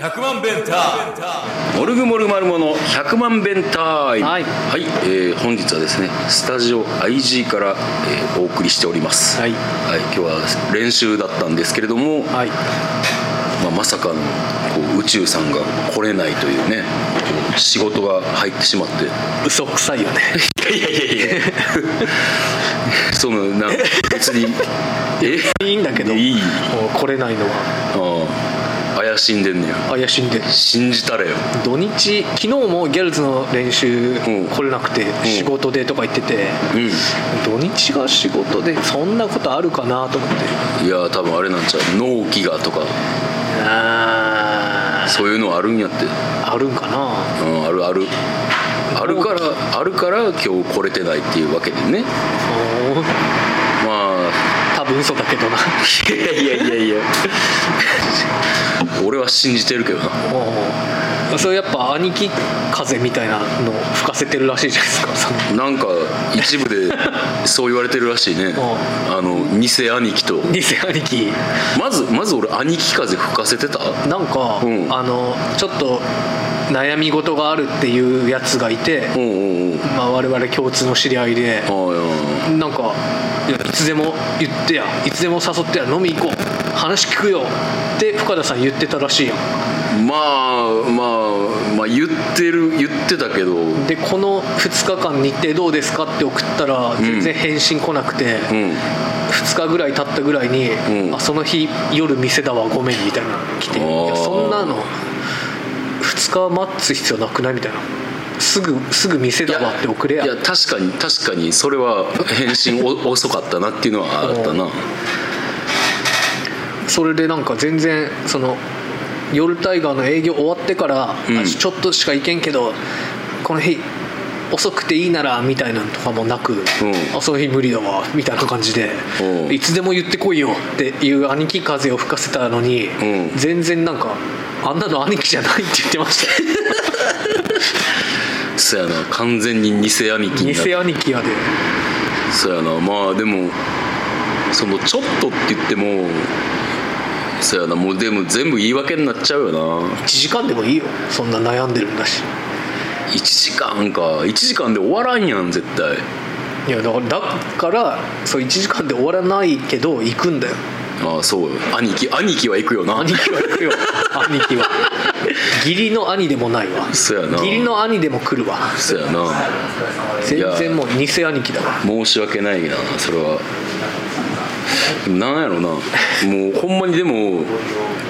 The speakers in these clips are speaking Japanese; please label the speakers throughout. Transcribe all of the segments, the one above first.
Speaker 1: 100万弁タモルグモルマルモの100万弁タイム
Speaker 2: はい
Speaker 1: はいえー本日はですねスタジオ IG から、えーお送りしております
Speaker 2: はい
Speaker 1: はい、今日は練習だったんですけれども、
Speaker 2: はい
Speaker 1: まあ、まさかのこう宇宙さんが来れないというねこう仕事が入ってしまって
Speaker 2: 嘘くさいよね
Speaker 1: いやいやいや そのなんか別にえ
Speaker 2: いいんだけど
Speaker 1: いい
Speaker 2: もう来れないのは
Speaker 1: ああ怪しんでんねや
Speaker 2: 怪しんで
Speaker 1: 信じたれよ
Speaker 2: 土日昨日もギャルズの練習
Speaker 1: うん
Speaker 2: 来れなくて仕事でとか言ってて、
Speaker 1: うん
Speaker 2: 土日が仕事でそんなことあるかなと思って
Speaker 1: いや多分あれなんちゃう納期がとか
Speaker 2: あ
Speaker 1: そういうのあるんやって、
Speaker 2: あるんかな
Speaker 1: うん、あるあるあるからあるから今日来れてないっていうわけでね
Speaker 2: うん
Speaker 1: まあ
Speaker 2: 多分嘘だけどない
Speaker 1: やいやいやいや 俺は信じてるけど
Speaker 2: う
Speaker 1: な
Speaker 2: んそれやっぱ兄貴風みたいなの吹かせてるらしいじゃないですかその
Speaker 1: なんか一部で そう言われてるらしいね
Speaker 2: ん
Speaker 1: あの偽兄貴と
Speaker 2: 偽兄貴
Speaker 1: まずまず俺兄貴風吹かせてた
Speaker 2: なんか、
Speaker 1: うん
Speaker 2: あのちょっと悩み事があるっていうやつがいて、
Speaker 1: うんうんうん
Speaker 2: まあ、我々共通の知り合いで、
Speaker 1: あ
Speaker 2: なんかいやいつでも言ってやいつでも誘ってや飲み行こう話聞くよって深田さん言ってたらしいやん
Speaker 1: あまあまあまあ言ってる言ってたけどうん
Speaker 2: でこの2日間日程どうですかって送ったら全然返信来なくて、2日ぐらい経ったぐらいに、
Speaker 1: うん
Speaker 2: あその日夜店だわごめんみたいなの来てい
Speaker 1: あー
Speaker 2: やそんなの2日待つ必要なくないみたいなすぐすぐ店だわって送れや
Speaker 1: いや確かに確かにそれは返信お遅かったなっていうのはあったな
Speaker 2: それでなんか全然その夜タイガーの営業終わってから、
Speaker 1: うん
Speaker 2: あちょっとしか行けんけどこの日遅くていいならみたいなのとかもなく、
Speaker 1: ん
Speaker 2: あその日無理だわみたいな感じで、
Speaker 1: うん
Speaker 2: いつでも言ってこいよっていう兄貴風を吹かせたのに、
Speaker 1: うん
Speaker 2: 全然なんかあんなの兄貴じゃないって言ってま した
Speaker 1: そやな完全に偽兄貴になっ
Speaker 2: 偽兄貴やで
Speaker 1: そうやなまあでもそのちょっとって言ってもそうやなもうでも全部言い訳になっちゃうよな
Speaker 2: 1時間でもいいよそんな悩んでるんだし
Speaker 1: 1時間か1時間で終わらんやん絶対
Speaker 2: いやだからだからそう1時間で終わらないけど行くんだよ
Speaker 1: ああそうよ兄貴兄貴は行くよな
Speaker 2: 兄貴は行くよ兄貴は義理の兄でもないわ
Speaker 1: そうやな
Speaker 2: 義理の兄でも来るわ
Speaker 1: そうやな
Speaker 2: 全然もう偽兄貴だわ
Speaker 1: 申し訳ないなそれはでもなんやろなもうほんまにでも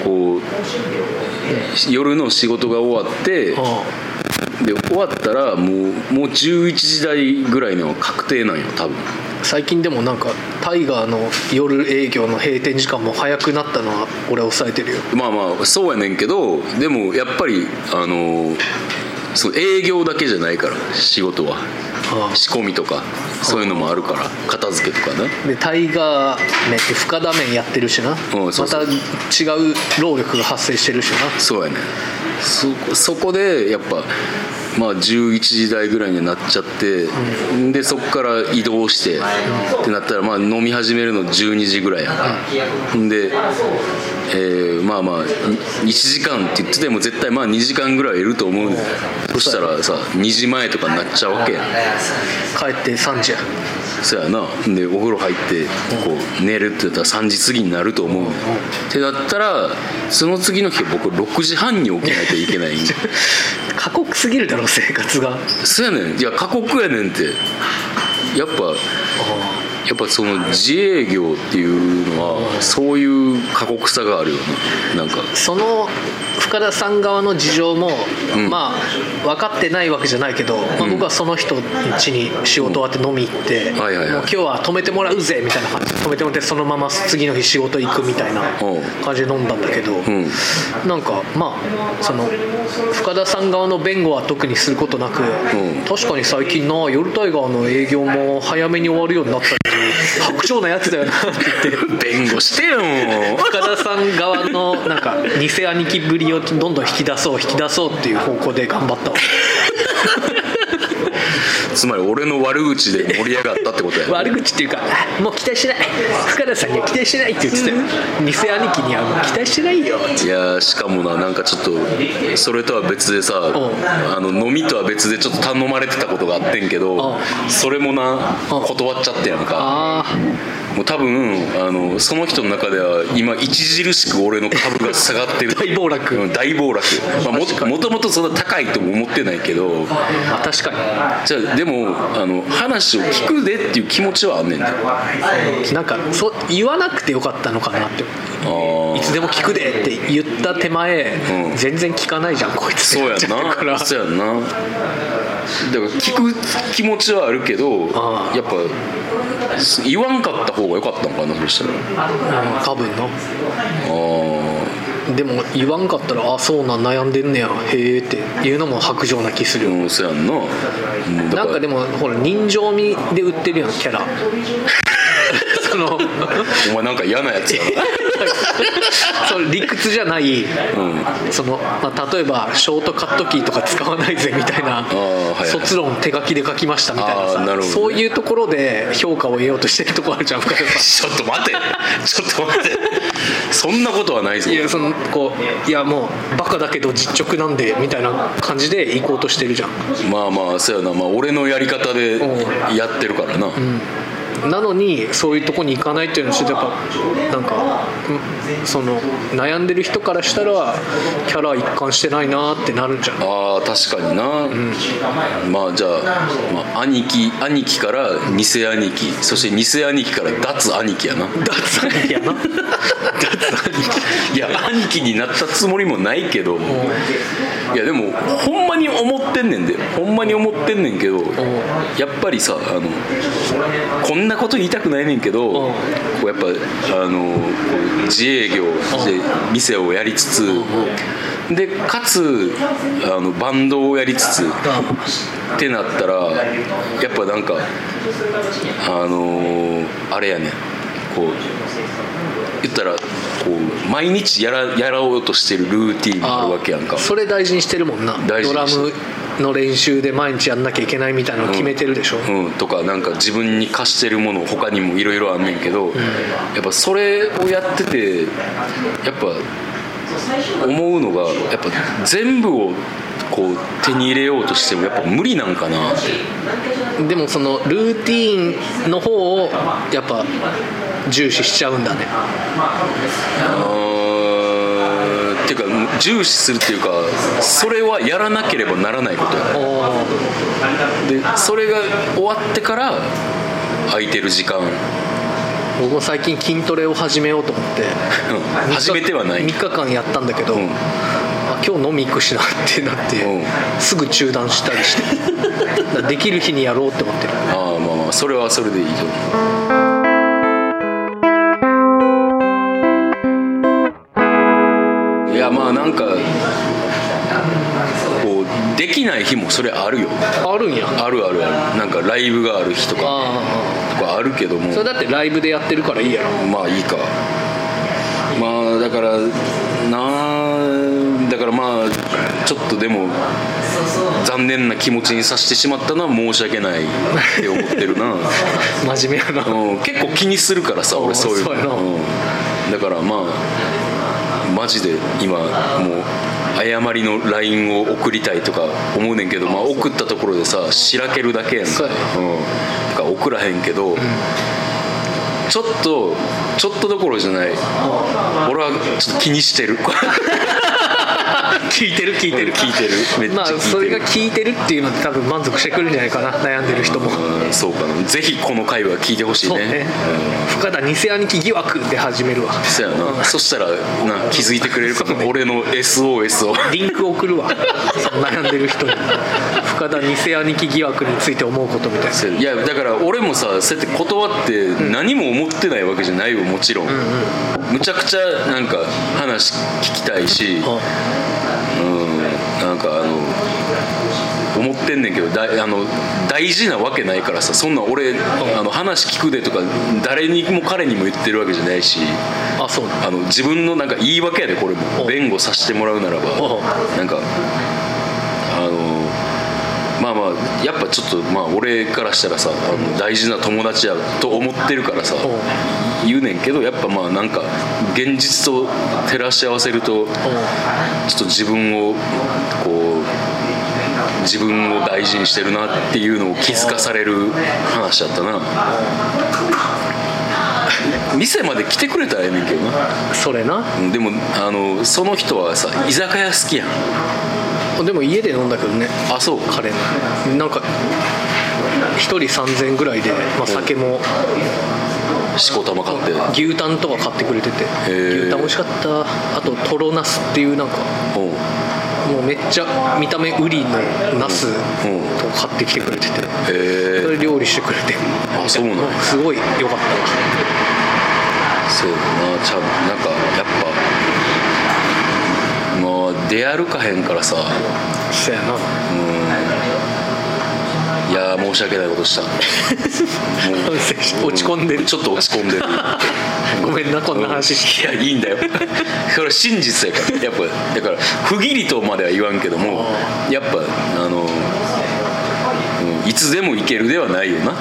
Speaker 1: こう夜の仕事が終わって
Speaker 2: う
Speaker 1: で終わったらもうもう11時台ぐらいのは確定なんよ多分
Speaker 2: ん最近でもなんかタイガーの夜営業の閉店時間も早くなったのは俺抑えてるよ
Speaker 1: まあまあそうやねんけどでもやっぱりあのその営業だけじゃないから仕事は
Speaker 2: あ
Speaker 1: 仕込みとかそういうのもあるから片付けとかね
Speaker 2: でタイガー麺って深田麺やってるしな、
Speaker 1: うんそうそう
Speaker 2: また違う労力が発生してるしな
Speaker 1: そうやねんそこそこでやっぱまあ11時台ぐらいになっちゃって、でそこから移動して、ってなったらまあ飲み始めるの12時ぐらいやから、ん、で、えーまあまあ1時間って言ってても絶対まあ2時間ぐらいいると思うねんそしたらさ2時前とかになっちゃうわけやん
Speaker 2: 帰って3時や
Speaker 1: そやなでお風呂入ってこう寝るって言ったら3時過ぎになると思う、ってなったらその次の日僕6時半に起きないといけないんで
Speaker 2: 過酷すぎるだろ生活が
Speaker 1: そやねんいや過酷やねんってやっぱやっぱその自営業っていうのはそういう過酷さがあるよねなんか
Speaker 2: その深田さん側の事情も、
Speaker 1: ん
Speaker 2: まあ分かってないわけじゃないけど、まあ、僕はその人の家に仕事終わって飲み行って、
Speaker 1: はいはいはい
Speaker 2: もう今日は泊めてもらうぜみたいな感じで泊めてもらってそのまま次の日仕事行くみたいな
Speaker 1: うん
Speaker 2: 感じで飲んだんだけど、
Speaker 1: ん
Speaker 2: なんかまあその深田さん側の弁護は特にすることなく、
Speaker 1: ん
Speaker 2: 確かに最近な夜タイガーの営業も早めに終わるようになったし白鳥なやつだよなって言って。
Speaker 1: 弁護してよもう
Speaker 2: 深田さん側のなんか偽兄貴ぶりをどんどん引き出そう引き出そうっていう方向で頑張ったわ
Speaker 1: つまり俺の悪口で盛り上がったってことや
Speaker 2: 悪口っていうかあもう期待しない深田さんには期待しないって言ってたよ偽兄貴にはもう期待してないよ
Speaker 1: いやーしかもななんかちょっとそれとは別でさあの飲みとは別でちょっと頼まれてたことがあってんけど
Speaker 2: う
Speaker 1: それもな
Speaker 2: うん
Speaker 1: 断っちゃってやんか
Speaker 2: あ
Speaker 1: もう多分あのその人の中では今著しく俺の株が下がって る
Speaker 2: 大暴落
Speaker 1: うん大暴落、まあ、もともともとそんな高いとも思ってないけど
Speaker 2: ーまあ確か
Speaker 1: じゃあでもあの話を聞くでっていう気持ちはあんねんだあ
Speaker 2: になんかそう言わなくてよかったのかなって
Speaker 1: ー
Speaker 2: いつでも聞くでって言った手前、
Speaker 1: うん
Speaker 2: 全然聞かないじゃんこいつ
Speaker 1: そうやん
Speaker 2: ってなっちゃうから
Speaker 1: なそうやんなだから聞く気持ちはあるけど
Speaker 2: ああ
Speaker 1: やっぱす言わんかった方が良かったのかなそしたらあ
Speaker 2: うん多分の
Speaker 1: あ
Speaker 2: でも言わんかったらあそうなん悩んでんねやへえっていうのも白状な気するよ、
Speaker 1: うんそうやんなもうだ
Speaker 2: なんかでもほら人情味で売ってるようなキャラ その
Speaker 1: お前なんか嫌なやつやな
Speaker 2: その理屈じゃない
Speaker 1: うん
Speaker 2: その、まあ、例えばショートカットキーとか使わないぜみたいな
Speaker 1: あはいはい
Speaker 2: 卒論手書きで書きましたみたいな
Speaker 1: あー
Speaker 2: さ
Speaker 1: なるほどね
Speaker 2: そういうところで評価を得ようとしてるとこあるじゃん深谷さん
Speaker 1: ちょっと待てちょっと待てそんなことはない ぞ
Speaker 2: いやそのこういやもうバカだけど実直なんでみたいな感じで行こうとしてるじゃん
Speaker 1: まあまあそうやな、まあ、俺のやり方でやってるからな、
Speaker 2: なのにそういうとこに行かないっていうのはちょっとやっぱなんかうんその悩んでる人からしたらキャラ一貫してないなってなるんじゃん
Speaker 1: ああ確かにな、まあじゃあ,、まあ、兄貴兄貴から偽兄貴そして偽兄貴から脱兄貴やな
Speaker 2: 脱兄貴やな脱兄貴
Speaker 1: いや兄貴になったつもりもないけど、いやでもほんまに思ってんねんでほんまに思ってんねんけど、やっぱりさあのこんなこと言いたくないねんけど、
Speaker 2: ん
Speaker 1: こうやっぱあのこう自営業で店をやりつつ、でかつあのバンドをやりつつ、ってなったらやっぱなんかあのーあれやねんこう言ったらこう毎日やらやろうとしてるルーティンがあるわけやんか
Speaker 2: それ大事にしてるもんな
Speaker 1: 大
Speaker 2: ド
Speaker 1: 事
Speaker 2: ラ
Speaker 1: にして
Speaker 2: ムの練習で毎日やんなきゃいけないみたいなの決めてるでしょ、
Speaker 1: うん、とかなんか自分に貸してるもの他にもいろいろあんねんけど、やっぱそれをやっててやっぱ思うのがやっぱ全部をこう手に入れようとしてもやっぱ無理なんかなって
Speaker 2: でもそのルーティーンの方をやっぱ重視しちゃうんだね
Speaker 1: あーっていうか重視するっていうかそれはやらなければならないことやねでそれが終わってから空いてる時間
Speaker 2: 僕も最近筋トレを始めようと思って
Speaker 1: 始めてはない
Speaker 2: 3日間やったんだけど、
Speaker 1: ん
Speaker 2: あ今日飲み行くしなってなって、
Speaker 1: うん
Speaker 2: すぐ中断したりして だからできる日にやろうって思ってる
Speaker 1: ああまあまあそれはそれでいいと思ういやまあなんかこうできない日もそれあるよ
Speaker 2: あるんやあ
Speaker 1: あるあるあるなんかライブがある日とか
Speaker 2: あ
Speaker 1: とかあるけども
Speaker 2: それだってライブでやってるからいいやろ
Speaker 1: まあいいかまあだからなあだからまあちょっとでも残念な気持ちにさせてしまったのは申し訳ないって思ってるな
Speaker 2: 真面目やな
Speaker 1: うん、結構気にするからさ
Speaker 2: あ
Speaker 1: 俺そういう
Speaker 2: そうやな
Speaker 1: うん、だからまあマジで今もう誤りの LINE を送りたいとか思うねんけどまあ、送ったところでさしらけるだけやんか,、
Speaker 2: そううんや、
Speaker 1: だから送らへんけど、ちょっとちょっとどころじゃない俺はちょっと気にしてる
Speaker 2: 聞いてる聞いてる
Speaker 1: 聞いてるめっちゃ
Speaker 2: まあ
Speaker 1: 聞いてる、
Speaker 2: それが聞いてるっていうので多分満足してくるんじゃないかな悩んでる人も
Speaker 1: うんそうかなぜひこの回は聞いてほしい
Speaker 2: そう
Speaker 1: ね
Speaker 2: ね
Speaker 1: うん
Speaker 2: 深田偽兄貴疑惑で始めるわ
Speaker 1: そうやな、そしたらな気づいてくれるかも、 俺の SOS を
Speaker 2: リンク送るわその悩んでる人に深田偽兄貴疑惑について思うことみたいな
Speaker 1: そういやだから俺もさそうやって断って何も思ってないわけじゃないよもちろん、むちゃくちゃなんか話聞きたいし、うん、なんかあの思ってんねんけどだいあの大事なわけないからさそんな俺あの話聞くでとか誰にも彼にも言ってるわけじゃないし
Speaker 2: あそうだ
Speaker 1: あの自分のなんか言い訳やでこれも
Speaker 2: お
Speaker 1: 弁護させてもらうならば
Speaker 2: お
Speaker 1: なんかあのまあまあやっぱちょっとまあ俺からしたらさあの大事な友達やと思ってるからさ言うねんけどやっぱまあなんか現実と照らし合わせるとちょっと自分をこう自分を大事にしてるなっていうのを気づかされる話だったな店まで来てくれたらええねんけどな
Speaker 2: それな
Speaker 1: でもあのその人はさ居酒屋好きやん
Speaker 2: でも家で飲んだけどね
Speaker 1: あそう
Speaker 2: カレーのなんか1人3000円ぐらいで、まあ、酒も
Speaker 1: しこたま買って
Speaker 2: 牛タンとか買ってくれてて
Speaker 1: ー
Speaker 2: 牛タン美味しかったあととろナスっていうなんか
Speaker 1: うん
Speaker 2: もうめっちゃ見た目ウリのナスとか買ってきてくれてて
Speaker 1: へ
Speaker 2: そ
Speaker 1: え
Speaker 2: れ料理してくれて
Speaker 1: あそうなんや
Speaker 2: すごい良かった
Speaker 1: そうやなちゃうなんかやっぱまあ出歩かへんからさ
Speaker 2: わそやな
Speaker 1: うんいやー申し訳ないことした
Speaker 2: 反省して落ち込んでる
Speaker 1: ちょっと落ち込んでる
Speaker 2: ごめんなこんな話して
Speaker 1: いやいいんだよそれは真実やからやっぱだから不義理とまでは言わんけどもやっぱあの、うんいつでも行けるではないよな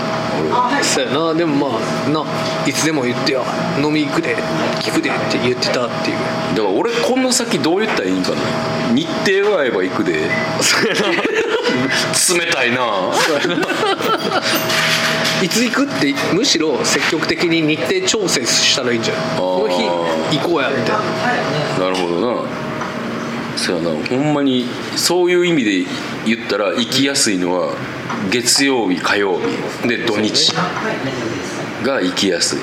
Speaker 1: 俺は
Speaker 2: そうやなでもまあないつでも言ってや飲み行くで聞くでって言ってたっていう
Speaker 1: だから俺この先どう言ったらいいんかな日程が合えば行くで冷たいな
Speaker 2: いつ行くってむしろ積極的に日程調整したらいいんじゃない
Speaker 1: ー
Speaker 2: この日行こうやみたいな
Speaker 1: なるほどなそうやなほんまにそういう意味で言ったら行きやすいのは月曜日火曜日で土日が行きやすい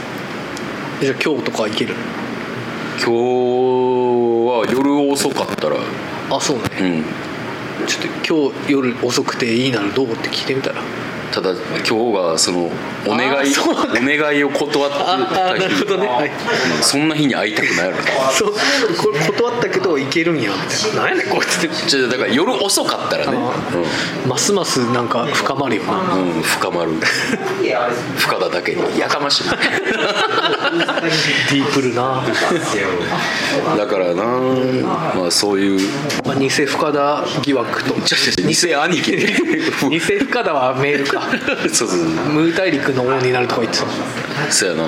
Speaker 2: じゃあ今日とか行ける
Speaker 1: 今日は夜遅かったら
Speaker 2: あそうね
Speaker 1: うん
Speaker 2: ちょっと今日夜遅くていいならどうって聞いてみたら
Speaker 1: ただ今日がそのお願
Speaker 2: あー
Speaker 1: い
Speaker 2: そうか
Speaker 1: お願いを断ってた日
Speaker 2: ね、はい、
Speaker 1: うんそんな日に会いたくないやろ
Speaker 2: そうこれ断ったけど行けるんやみたいな何やねんこいつって
Speaker 1: じゃだから夜遅かったらね、
Speaker 2: ますますなんか深まるよな
Speaker 1: うんうん、深まる深田だけにやかましい
Speaker 2: ディープルな、
Speaker 1: だからなまあそういう
Speaker 2: まあ、偽深田疑惑と
Speaker 1: 偽兄貴
Speaker 2: 偽深田はメールか
Speaker 1: そうそうそう
Speaker 2: ムー大陸の王になるとか言ってたもん
Speaker 1: そうやな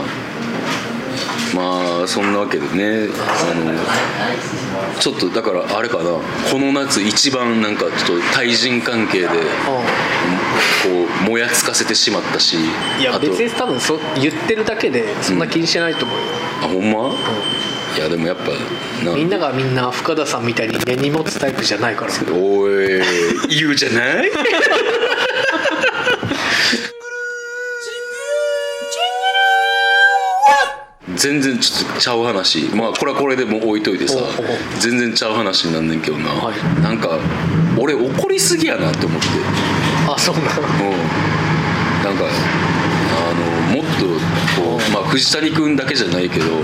Speaker 1: まあそんなわけでねあのちょっとだからあれかなこの夏一番なんかちょっと対人関係でこうもやつかせてしまったし
Speaker 2: いや
Speaker 1: あと
Speaker 2: 別に多分そ言ってるだけでそんな気にしてないと思うよ、
Speaker 1: あほんま、いやでもやっぱな
Speaker 2: みんながみんな深田さんみたいに根に持つタイプじゃないから
Speaker 1: おい言うじゃない全然ちょっとちゃう話まあこれはこれでもう置いといてさ
Speaker 2: おうおう
Speaker 1: 全然ちゃう話になんねんけどな、
Speaker 2: はい
Speaker 1: なんか俺怒りすぎやなって思って
Speaker 2: あそうなの
Speaker 1: うんなんかあのもっとこう、まあ、藤谷君だけじゃないけどこう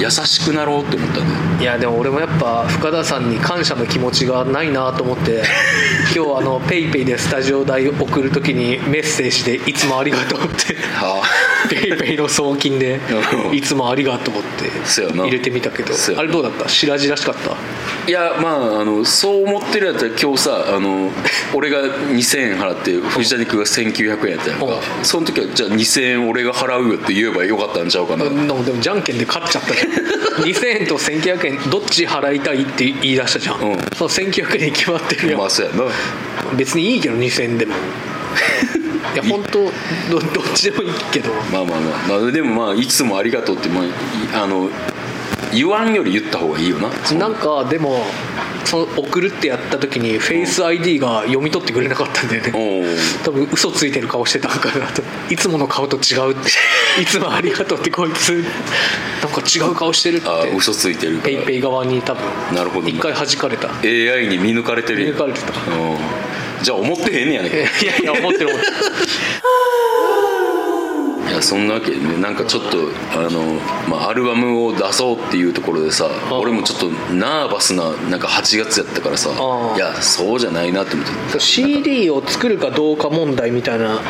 Speaker 1: 優しくなろうって思ったね
Speaker 2: いやでも俺もやっぱ深田さんに感謝の気持ちがないなと思って 今日あのペイペイでスタジオ代を送るときにメッセージで「いつもありがとう」 って
Speaker 1: は
Speaker 2: ペイペイの送金で「
Speaker 1: うん
Speaker 2: いつもありがとう」って
Speaker 1: そうやな
Speaker 2: 入れてみたけど
Speaker 1: そうや
Speaker 2: あ
Speaker 1: な
Speaker 2: れどうだった白々しかった
Speaker 1: いやまああのそう思ってるやったら今日さあの俺が2000円払って藤谷君が1900円やったやんか
Speaker 2: う
Speaker 1: その時はじゃあ2000円俺が払うよって言えばよかったんちゃうかな、
Speaker 2: でもでもじゃんけんで勝っちゃったじゃん 2000円と1900円どっち払いたいって言い出したじゃん、
Speaker 1: うん
Speaker 2: その1900円に決まってるやん、
Speaker 1: まあそうやな
Speaker 2: 別にいいけど2000円で もいや本当どどっちでもいいけど
Speaker 1: まあまあまあ、まあ、でもまあいつもありがとうって、まあい、あの言わんより言った方がいいよな
Speaker 2: なんかでもその送るってやった時にフェイス ID が読み取ってくれなかったんだよ
Speaker 1: お
Speaker 2: ね
Speaker 1: お
Speaker 2: 多分嘘ついてる顔してたんかなといつもの顔と違う っていつもありがとうってこいつなんか違う顔してるって
Speaker 1: あ嘘ついてるから
Speaker 2: ペイペイ側に多分
Speaker 1: なるほど
Speaker 2: 一回弾かれた
Speaker 1: AI に見抜かれてるや
Speaker 2: 抜
Speaker 1: ん
Speaker 2: かれてた
Speaker 1: うんじゃあ思ってへんねやねん
Speaker 2: いやいや思ってる思ってる
Speaker 1: いやそんなわけでねなんかちょっとあの、まあ、アルバムを出そうっていうところでさ
Speaker 2: あ
Speaker 1: 俺もちょっとナーバスななんか8月やったからさ
Speaker 2: あ
Speaker 1: いやそうじゃないなって思って
Speaker 2: そう CD を作るかどうか問題みたいな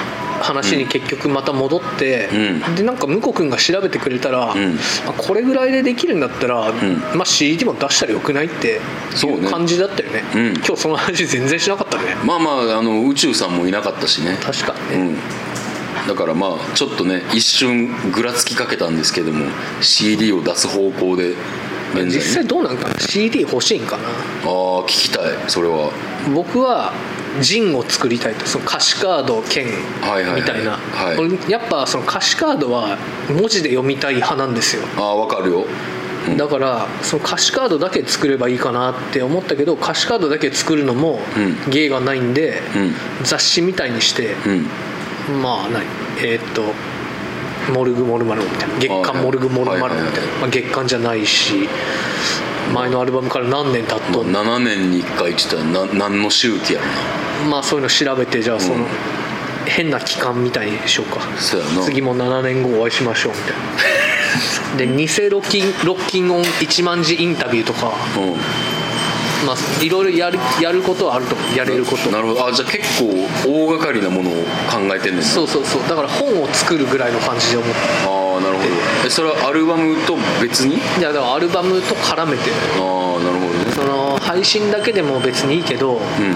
Speaker 2: 話に結局また戻って、
Speaker 1: うん
Speaker 2: でなんか向こう君が調べてくれたら、
Speaker 1: ん
Speaker 2: あこれぐらいでできるんだったら、
Speaker 1: ん
Speaker 2: まあ、CD も出したらよくないって
Speaker 1: そう
Speaker 2: い
Speaker 1: ね
Speaker 2: う感じだったよね
Speaker 1: うん
Speaker 2: 今日その話全然しなかったね
Speaker 1: まあまああの宇宙さんもいなかったしね
Speaker 2: 確かに
Speaker 1: う
Speaker 2: ね、
Speaker 1: んだからまあちょっとね一瞬ぐらつきかけたんですけども CD を出す方向で現在ね
Speaker 2: 実際どうなんかな CD 欲しいんかな
Speaker 1: ああ聞きたいそれは
Speaker 2: 僕はジンを作りたいとその歌詞カード兼
Speaker 1: はいはいはい
Speaker 2: みたいな、
Speaker 1: はい
Speaker 2: 俺やっぱその歌詞カードは文字で読みたい派なんですよ
Speaker 1: ああわかるようん
Speaker 2: だからその歌詞カードだけ作ればいいかなって思ったけど歌詞カードだけ作るのも
Speaker 1: うん
Speaker 2: 芸がないんで、
Speaker 1: うん
Speaker 2: 雑誌みたいにして、
Speaker 1: うん
Speaker 2: まあ何えーっと「モルグモルマルモ」みたいな月
Speaker 1: はいは
Speaker 2: 刊
Speaker 1: い
Speaker 2: モルグモルマルモみ
Speaker 1: はい
Speaker 2: た
Speaker 1: はいい
Speaker 2: な
Speaker 1: は、
Speaker 2: まあ、月刊じゃないし前のアルバムから何年経っ
Speaker 1: ま
Speaker 2: と
Speaker 1: あ
Speaker 2: ん
Speaker 1: 7年に1回言ってたらな何の周期やろ
Speaker 2: まあそういうの調べてじゃあその、
Speaker 1: うん
Speaker 2: 変な期間みたいにしようか
Speaker 1: そうやな
Speaker 2: 次も7年後お会いしましょうみ たいなで偽ロッキンロッキンオン一万字インタビューとか
Speaker 1: なうん
Speaker 2: まあいろいろやるやることはあると思うやれること
Speaker 1: なるほどあじゃあ結構大掛かりなものを考えてんねんな
Speaker 2: そうそうそうだから本を作るぐらいの感じで思う
Speaker 1: ああなるほどえそれはアルバムと別に
Speaker 2: いやだからアルバムと絡めて
Speaker 1: ああなるほどね
Speaker 2: その配信だけでも別にいいけど
Speaker 1: うん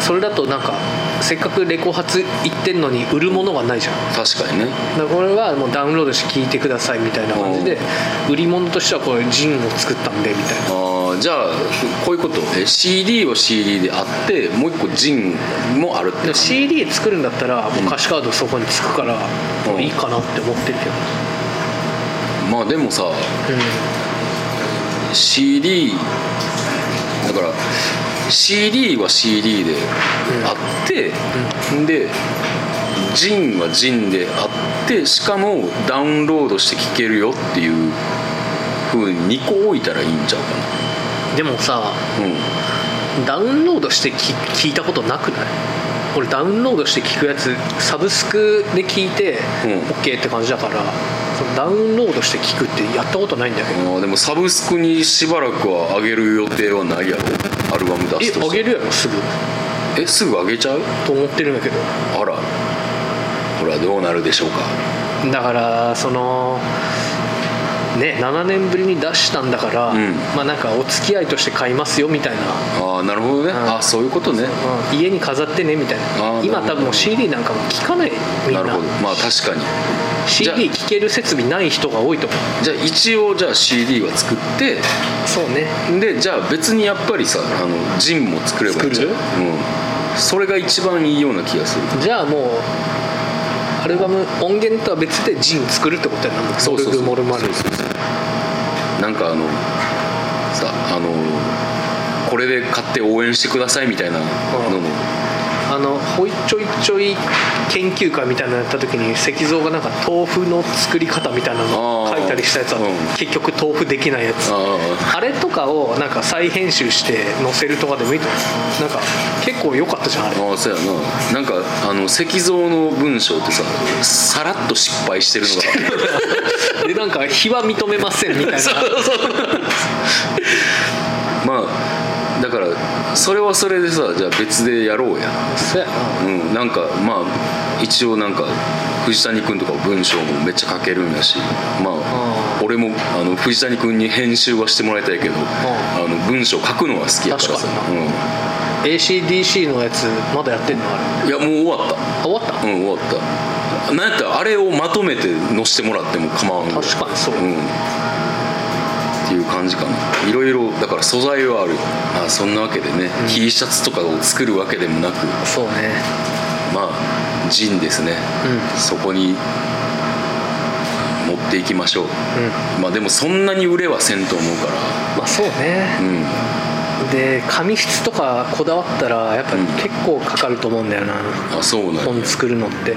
Speaker 2: それだとなんかせっかくレコ発行ってんのに売るものがないじゃん
Speaker 1: 確かにね
Speaker 2: だからこれはもうダウンロードして聞いてくださいみたいな感じで売り物としてはこれジンを作ったんでみたいな
Speaker 1: ああじゃあこういうことえ CD は CD であってもう一個ジンもあるって
Speaker 2: でも CD 作るんだったらもう歌詞カードそこにつくから
Speaker 1: うん
Speaker 2: もういいかなって思ってるけど、
Speaker 1: まあでもさ CD だから CD は CD であって、でジンはジンであってしかもダウンロードして聴けるよっていうふうに2個置いたらいいんちゃうか
Speaker 2: でもさ
Speaker 1: なうん
Speaker 2: ダウンロードしてき聞いたことなくない俺ダウンロードして聞くやつサブスクで聞いて
Speaker 1: うん
Speaker 2: OK って感じだから、そのダウンロードして聞くってやったことないんだけど
Speaker 1: あーでもサブスクにしばらくは上げる予定はないやろアルバム出
Speaker 2: え
Speaker 1: すと
Speaker 2: あげ
Speaker 1: る
Speaker 2: るやろすぐ
Speaker 1: えすぐ上げちゃう
Speaker 2: と思ってるんだけど
Speaker 1: あらこれはどうなるでしょうか
Speaker 2: だからそのね7年ぶりに出したんだから、
Speaker 1: うん
Speaker 2: まあなんかお付き合いとして買いますよみたいな
Speaker 1: ああなるほどね、
Speaker 2: ん
Speaker 1: あそういうことね
Speaker 2: うん家に飾ってねみたい
Speaker 1: あ
Speaker 2: な
Speaker 1: ー
Speaker 2: 今
Speaker 1: なる
Speaker 2: 多
Speaker 1: ほど
Speaker 2: 分もう CD なんかも聞かないみん
Speaker 1: な
Speaker 2: な
Speaker 1: るほどまあ確かに
Speaker 2: CD 聴ける設備ない人が多いと思う
Speaker 1: じゃあ一応じゃあ CD は作って
Speaker 2: そうね
Speaker 1: でじゃあ別にやっぱりさあのジンも作ればいいじゃん、
Speaker 2: 作
Speaker 1: うん、それが一番いいような気がする
Speaker 2: じゃあもうアルバム音源とは別でジン作るってことやな
Speaker 1: そうそうそう
Speaker 2: モルグモルマル
Speaker 1: そうそうそうなんかあのさあのこれで買って応援してくださいみたいなのも
Speaker 2: あのほいちょいちょい研究会みたいなのやった時に石像がなんか豆腐の作り方みたいなの
Speaker 1: あー
Speaker 2: 書いたりしたやつあった
Speaker 1: うん
Speaker 2: 結局豆腐できないやつ
Speaker 1: あ
Speaker 2: あれとかをなんか再編集して載せるとかでもいいと思うなんか結構良かったじゃんあれ
Speaker 1: あああそうやななんかあの石像の文章ってささらっと失敗してるのが
Speaker 2: でなんか日は認めませんみたいな
Speaker 1: まあだからそれはそれでさじゃあ別でやろうや
Speaker 2: そうやな
Speaker 1: うんなんかまあ一応なんか藤谷君とか文章もめっちゃ書けるんやしまあ
Speaker 2: う
Speaker 1: 俺もあの藤谷君に編集はしてもらいたいけどあの文章書くのは好きやから
Speaker 2: 確
Speaker 1: さ
Speaker 2: か ACDC のやつまだやってんのあれ
Speaker 1: うん、いやもう終わっ
Speaker 2: あ終わった
Speaker 1: たうん終わったなんやったらあれをまとめて載せてもらっても構わんぐらい
Speaker 2: 確かにそう
Speaker 1: うん、っていう感じかないろいろだから素材はあるよまあそんなわけでね、T シャツとかを作るわけでもなく
Speaker 2: そうね
Speaker 1: まあジンですね、
Speaker 2: う
Speaker 1: そこに持っていきましょう、
Speaker 2: うん
Speaker 1: まあでもそんなに売れはせんと思うか
Speaker 2: まあそうね
Speaker 1: らうん
Speaker 2: で紙質とかこだわったらやっぱり結構かかると思うんだよな、
Speaker 1: あそうなんや
Speaker 2: 本作るのって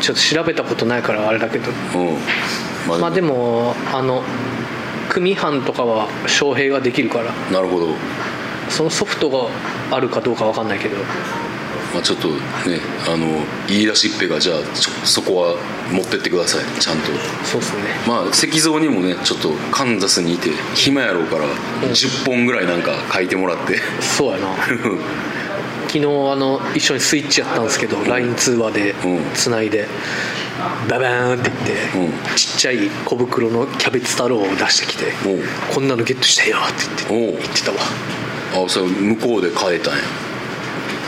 Speaker 2: ちょっと調べたことないからあれだけど
Speaker 1: うんまあ
Speaker 2: まあでもあの組版とかは招聘ができるから
Speaker 1: なるほど、
Speaker 2: そのソフトがあるかどうかわかんないけど
Speaker 1: まあ、ちょっとねあの言い出しっぺがじゃあちょそこは持ってってくださいちゃんと
Speaker 2: そうっすね
Speaker 1: まあ石像にもねちょっとカンザスにいて暇やろうから10本ぐらいなんか書いてもらって
Speaker 2: そうやな昨日あの一緒にスイッチやったんですけど LINE 通話で
Speaker 1: うん
Speaker 2: つないでババーンって言って、ちっちゃい小袋のキャベツ太郎を出してきて
Speaker 1: おう
Speaker 2: 「こんなのゲットしたよ」って言って
Speaker 1: おう
Speaker 2: 言ってたわ
Speaker 1: あそれ向こうで買えたんや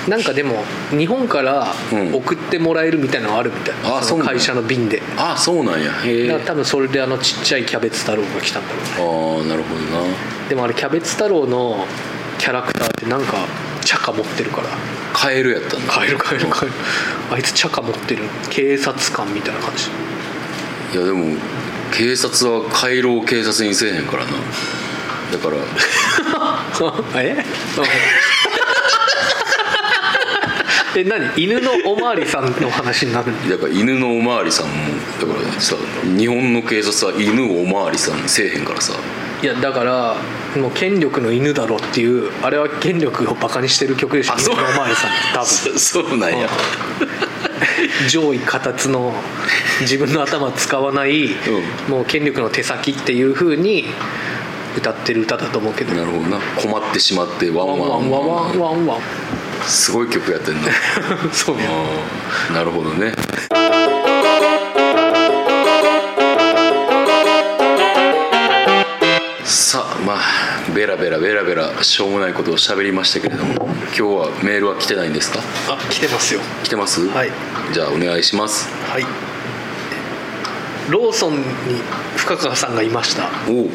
Speaker 2: なんかでも日本から
Speaker 1: うん
Speaker 2: 送ってもらえるみたいなのあるみたいな、
Speaker 1: あ
Speaker 2: その
Speaker 1: そうなんだ
Speaker 2: 会社の便で
Speaker 1: あそうなんやへえ
Speaker 2: だ
Speaker 1: あ
Speaker 2: から多分それであのちっちゃいキャベツ太郎が来たんだろうね
Speaker 1: あーなるほどな
Speaker 2: でもあれキャベツ太郎のキャラクターってなんか茶化持ってるから
Speaker 1: 買えるやったんだ
Speaker 2: カエルカエルカエルあいつ茶化持ってる警察官みたいな感じ
Speaker 1: いやでも警察は回廊を警察にせえへんからなだから
Speaker 2: え え何犬のおまわりさんの話になるの
Speaker 1: だから犬のおまわりさんもだからさ日本の警察は犬をおまわりさんにせえへんからさ
Speaker 2: いやだからもう権力の犬だろっていうあれは権力をバカにしてる曲でしょ
Speaker 1: あそう
Speaker 2: 犬のおまわりさんって多 分
Speaker 1: そ そうなんや
Speaker 2: 上位下達の自分の頭使わない、
Speaker 1: う
Speaker 2: もう権力の手先っていうふうに歌ってる歌だと思うけど
Speaker 1: なるほどな困ってしまってワン
Speaker 2: ワン
Speaker 1: ワン
Speaker 2: ワンワンワンワンワン
Speaker 1: すごい曲やってんな
Speaker 2: そうね
Speaker 1: あーなるほどねさあまあベラベラベラベラしょうもないことを喋りましたけれども今日はメールは来てないんですか
Speaker 2: あ来てますよ
Speaker 1: 来てます
Speaker 2: はい
Speaker 1: じゃあお願いします
Speaker 2: はいローソンに深川さんがいました
Speaker 1: おう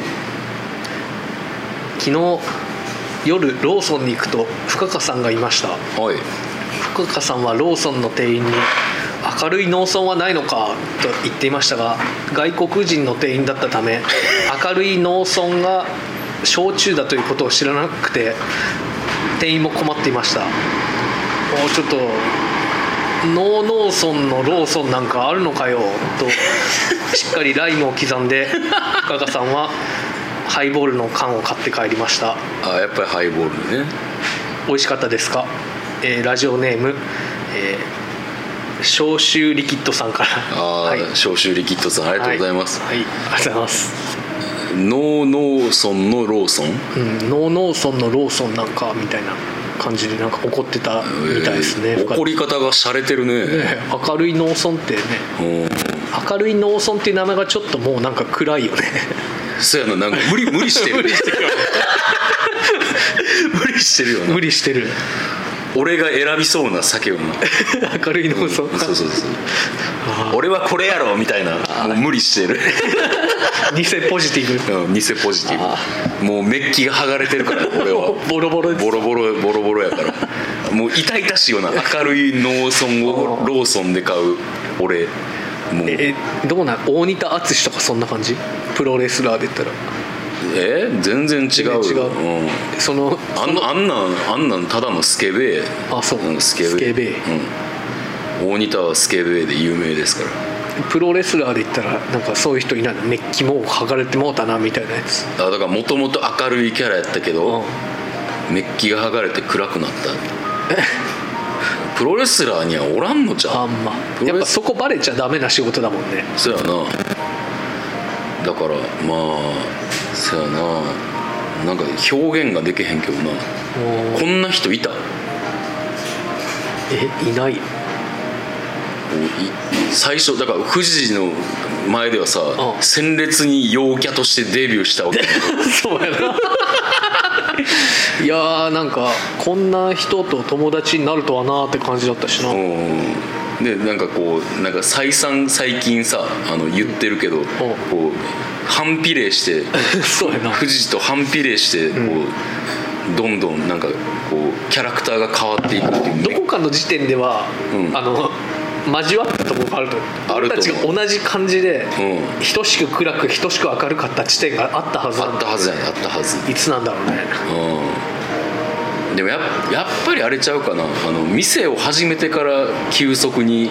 Speaker 2: 昨日夜ローソンに行くと深川さんがいました
Speaker 1: はい
Speaker 2: 福岡さんはローソンの店員に明るい農村はないのかと言っていましたが外国人の店員だったため明るい農村が焼酎だということを知らなくて店員も困っていましたもうちょっと農農村のローソンなんかあるのかよとしっかりライムを刻んで深川さんはハイボールの缶を買って帰りました
Speaker 1: あやっぱりハイボールね
Speaker 2: 美味しかったですか、えーラジオネーム、えー消臭リキッドさんから
Speaker 1: あ、
Speaker 2: は
Speaker 1: あ
Speaker 2: い
Speaker 1: ー、消臭リキッドさんありがとうございます、
Speaker 2: はい、はいありがとうございます、
Speaker 1: ノーノーソンのローソン
Speaker 2: うん、ノーノーソンのローソンなんかみたいな感じでなんか怒ってたみたいですね、
Speaker 1: えー怒
Speaker 2: り
Speaker 1: り方が洒落てるね
Speaker 2: 明るい農村ってね
Speaker 1: うん
Speaker 2: 明るい農村っていう名前がちょっともうなんか暗いよ ね
Speaker 1: そうやななんか無理無理してる無理してるよな
Speaker 2: 無理してる
Speaker 1: 俺が選びそうな酒をな
Speaker 2: 明るい農村、
Speaker 1: そうそうそう
Speaker 2: あ
Speaker 1: 俺はこれやろみたいなもう無理してる
Speaker 2: ー偽ポジティブ
Speaker 1: うん偽ポジテ
Speaker 2: あ
Speaker 1: ィブもうメッキが剥がれてるから俺 は
Speaker 2: ボロボロです
Speaker 1: ボロボロボロボロやからもう痛々しいような明るい農村をローソンで買う俺もう
Speaker 2: えどうなん大仁田淳とかそんな感じプロレスラーで言ったら
Speaker 1: え全然違うよ
Speaker 2: 全然違
Speaker 1: うん、
Speaker 2: その
Speaker 1: あんあんなんあんなんただのスケベ
Speaker 2: あそう
Speaker 1: うんスケベ
Speaker 2: スケベ
Speaker 1: うん、大仁田はスケベで有名ですから
Speaker 2: プロレスラーで言ったらなんかそういう人いないのメッキもう剥がれてもうたなみたいなやつ
Speaker 1: あだからもともと明るいキャラやったけど、
Speaker 2: うん
Speaker 1: メッキが剥がれて暗くなったプロレスラーにはおらんのじゃ
Speaker 2: あ
Speaker 1: ん
Speaker 2: んま
Speaker 1: プ
Speaker 2: やっ
Speaker 1: ロレ
Speaker 2: ぱ
Speaker 1: ス
Speaker 2: そこバレちゃダメな仕事だもんね
Speaker 1: そやなだからまあそやななんか表現ができへんけどな
Speaker 2: もう
Speaker 1: こんな人いた
Speaker 2: えいない
Speaker 1: 最初だから富士の前ではさ、
Speaker 2: ん
Speaker 1: 鮮烈に陽キャとしてデビューしたわけ
Speaker 2: そうやないやーなんかこんな人と友達になるとはなーって感じだったしな、
Speaker 1: うんでなんかこうなんか再三最近さあの言ってるけど、こう反比例して
Speaker 2: そうやな
Speaker 1: 富士と反比例してこう、どんどんなんかこうキャラクターが変わっていくっていう
Speaker 2: どこかの時点では、
Speaker 1: うん
Speaker 2: あの交わったところがあると思う
Speaker 1: あ
Speaker 2: 俺
Speaker 1: ると思う
Speaker 2: たちが同じ感じで、
Speaker 1: う
Speaker 2: 等しく暗く等しく明るかった地点があったはずなん
Speaker 1: あっ
Speaker 2: だ
Speaker 1: たはずやねあったはず
Speaker 2: いつなんだろうね
Speaker 1: うんでもやっやっぱりあれちゃうかなあの店を始めてから急速に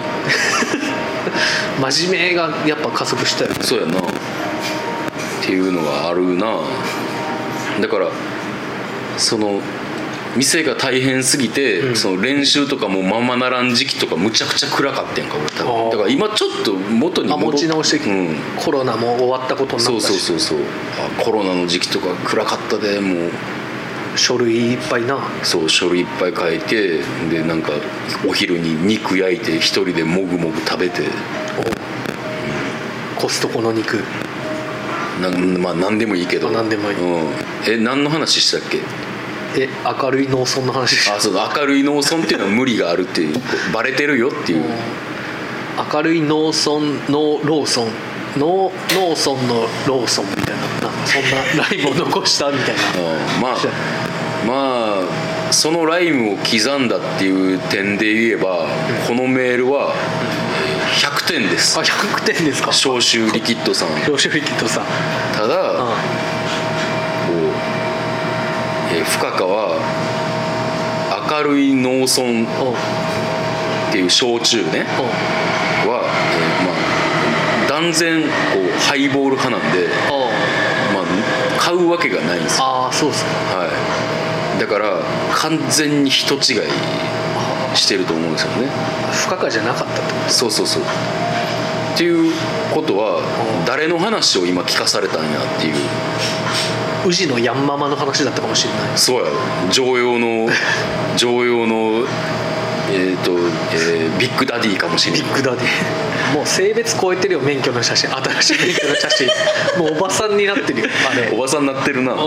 Speaker 2: 真面目がやっぱ加速したよね
Speaker 1: そうやなっていうのがあるなだからその店が大変すぎて、その練習とかもままならん時期とかむちゃくちゃ暗かってんか俺多
Speaker 2: あ
Speaker 1: 分
Speaker 2: ー
Speaker 1: だから今ちょっと元に
Speaker 2: あ
Speaker 1: 戻っ
Speaker 2: 持ち直してきて、
Speaker 1: うん、
Speaker 2: コロナも終わったことにな
Speaker 1: そ
Speaker 2: っ
Speaker 1: う
Speaker 2: た
Speaker 1: そう
Speaker 2: し
Speaker 1: そうそうあコロナの時期とか暗かったでもう
Speaker 2: 書類いっぱいな
Speaker 1: そう書類いっぱい書いてでなんかお昼に肉焼いて一人でもぐもぐ食べて
Speaker 2: コストコの肉
Speaker 1: なんまあ何でもいいけど
Speaker 2: あ何でもいい
Speaker 1: うん、え何の話したっけ
Speaker 2: え明るい農村の話
Speaker 1: あそう明るい農村っていうのは無理があるっていうバレてるよっていう
Speaker 2: 明るい農村のローソン農農村のローソンみたいななんかそんなライブを残したみたいな
Speaker 1: うんまあまあそのライムを刻んだっていう点で言えばこのメールは100点です
Speaker 2: あ100点ですか
Speaker 1: 消臭リキッドさん
Speaker 2: 幼少期とさ、
Speaker 1: た
Speaker 2: う
Speaker 1: だこ
Speaker 2: ん、
Speaker 1: う、えー深川は明るい農村
Speaker 2: おう
Speaker 1: っていう焼酎ね
Speaker 2: おう
Speaker 1: は、えーまあ断然こうハイボール派なんで、
Speaker 2: おう
Speaker 1: まあ、買うわけがないんですよ、
Speaker 2: ああそうっすか
Speaker 1: はい、だから完全に人違い
Speaker 2: あ
Speaker 1: してると思うんですよね
Speaker 2: 不可解じゃなかったってこと
Speaker 1: そうそうそうっていうことは
Speaker 2: うん
Speaker 1: 誰の話を今聞かされたんやっていう
Speaker 2: 宇治のヤンママの話だったかもしれない
Speaker 1: そうや常 用の常用のえっ、と、えービッグダディかもしれ
Speaker 2: ビ
Speaker 1: ない
Speaker 2: ッグダディもう性別超えてるよ免許の写真新しい免許の写真 もうおばさんになってるよあれ
Speaker 1: おばさんになってるな、
Speaker 2: うん
Speaker 1: ま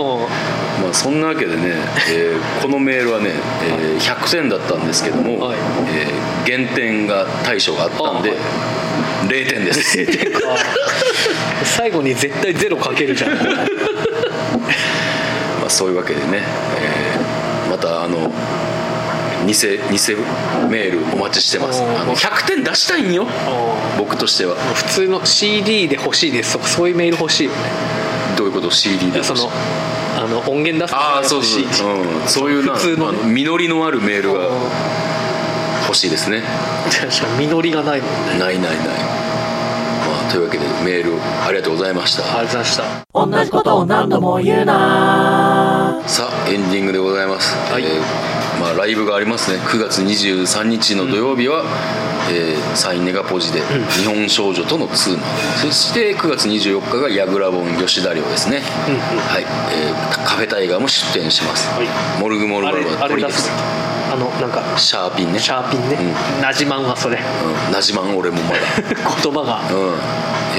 Speaker 1: あ、そんなわけでね、えーこのメールはね、えー100点だったんですけども、
Speaker 2: はい
Speaker 1: えー減点が対処があったんで、
Speaker 2: あ
Speaker 1: 0 点です
Speaker 2: てか最後に絶対ゼロかけるじゃん
Speaker 1: まあ、そういうわけでね、えーまたあの偽偽メールお待ちしてます
Speaker 2: おー
Speaker 1: あの100点出したいんよ僕としては
Speaker 2: 普通の CD で欲しいですとかそういうメール欲しいよね
Speaker 1: どういうこと CD で
Speaker 2: そのあの音源出すと
Speaker 1: あ
Speaker 2: か
Speaker 1: あそうそう、
Speaker 2: CD
Speaker 1: うん、そういうな
Speaker 2: 普通のね
Speaker 1: あの実りのあるメールが欲しいですね
Speaker 2: 確かに実りがないもんね
Speaker 1: ないないない、まあ、というわけでメールありがとうございました
Speaker 2: ありがとうございました
Speaker 3: 同じことを何度も言うな
Speaker 1: さあエンディングでございます、
Speaker 2: はい
Speaker 1: えーまあ、ライブがありますね9月23日の土曜日は、えーサインネガポジで日本少女とのツーマン、そして9月24日が矢倉本吉田寮ですね、
Speaker 2: うんうん
Speaker 1: はい、えーカフェタイガーも出店します、
Speaker 2: はい
Speaker 1: モルグモル
Speaker 2: あ
Speaker 1: モル
Speaker 2: れ
Speaker 1: は
Speaker 2: あ
Speaker 1: 鳥
Speaker 2: れ出
Speaker 1: で
Speaker 2: す
Speaker 1: す
Speaker 2: あのなんか
Speaker 1: シャーピンね
Speaker 2: シャーピンね
Speaker 1: う
Speaker 2: なじまんは それ
Speaker 1: うんなじまん俺もまだ
Speaker 2: 言葉が
Speaker 1: うん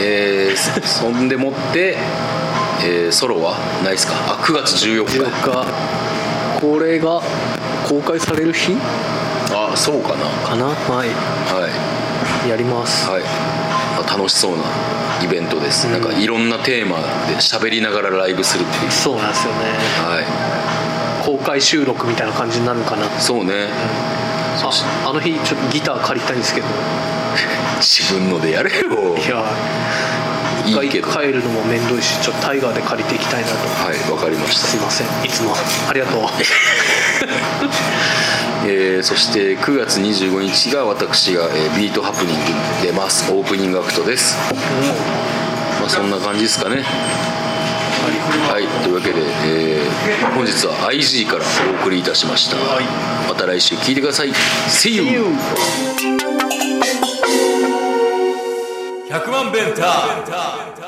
Speaker 1: えーそそんでもって、えーソロはないですかあ9月14日
Speaker 2: 14日これが公開される日
Speaker 1: あそうかな
Speaker 2: かなは
Speaker 1: はい
Speaker 2: いやります
Speaker 1: はい、まあ楽しそうなイベントです、
Speaker 2: うん
Speaker 1: なんかいろんなテーマで喋りながらライブするっていう
Speaker 2: そうなんですよね
Speaker 1: は
Speaker 2: 公開収録みたいな感じになるのかなあ
Speaker 1: いそうねそし
Speaker 2: あの日ちょっとギター借りたいんですけど
Speaker 1: 自分のでやれよ
Speaker 2: いや
Speaker 1: いいけ
Speaker 2: 一
Speaker 1: ど
Speaker 2: 回帰るのも面倒いしちょっとタイガーで借りていきたいなと
Speaker 1: はいわかりまし
Speaker 2: すいませんいつもありがとう
Speaker 1: た、えーそして9月25日が私が、えービートハプニングに出ますオープニングアクトです、まあ、そんな感じですかねはいというわけで、えー本日は IG からお送りいたしました、
Speaker 2: はい
Speaker 1: また来週聞いてください See you!
Speaker 4: 100万ベンター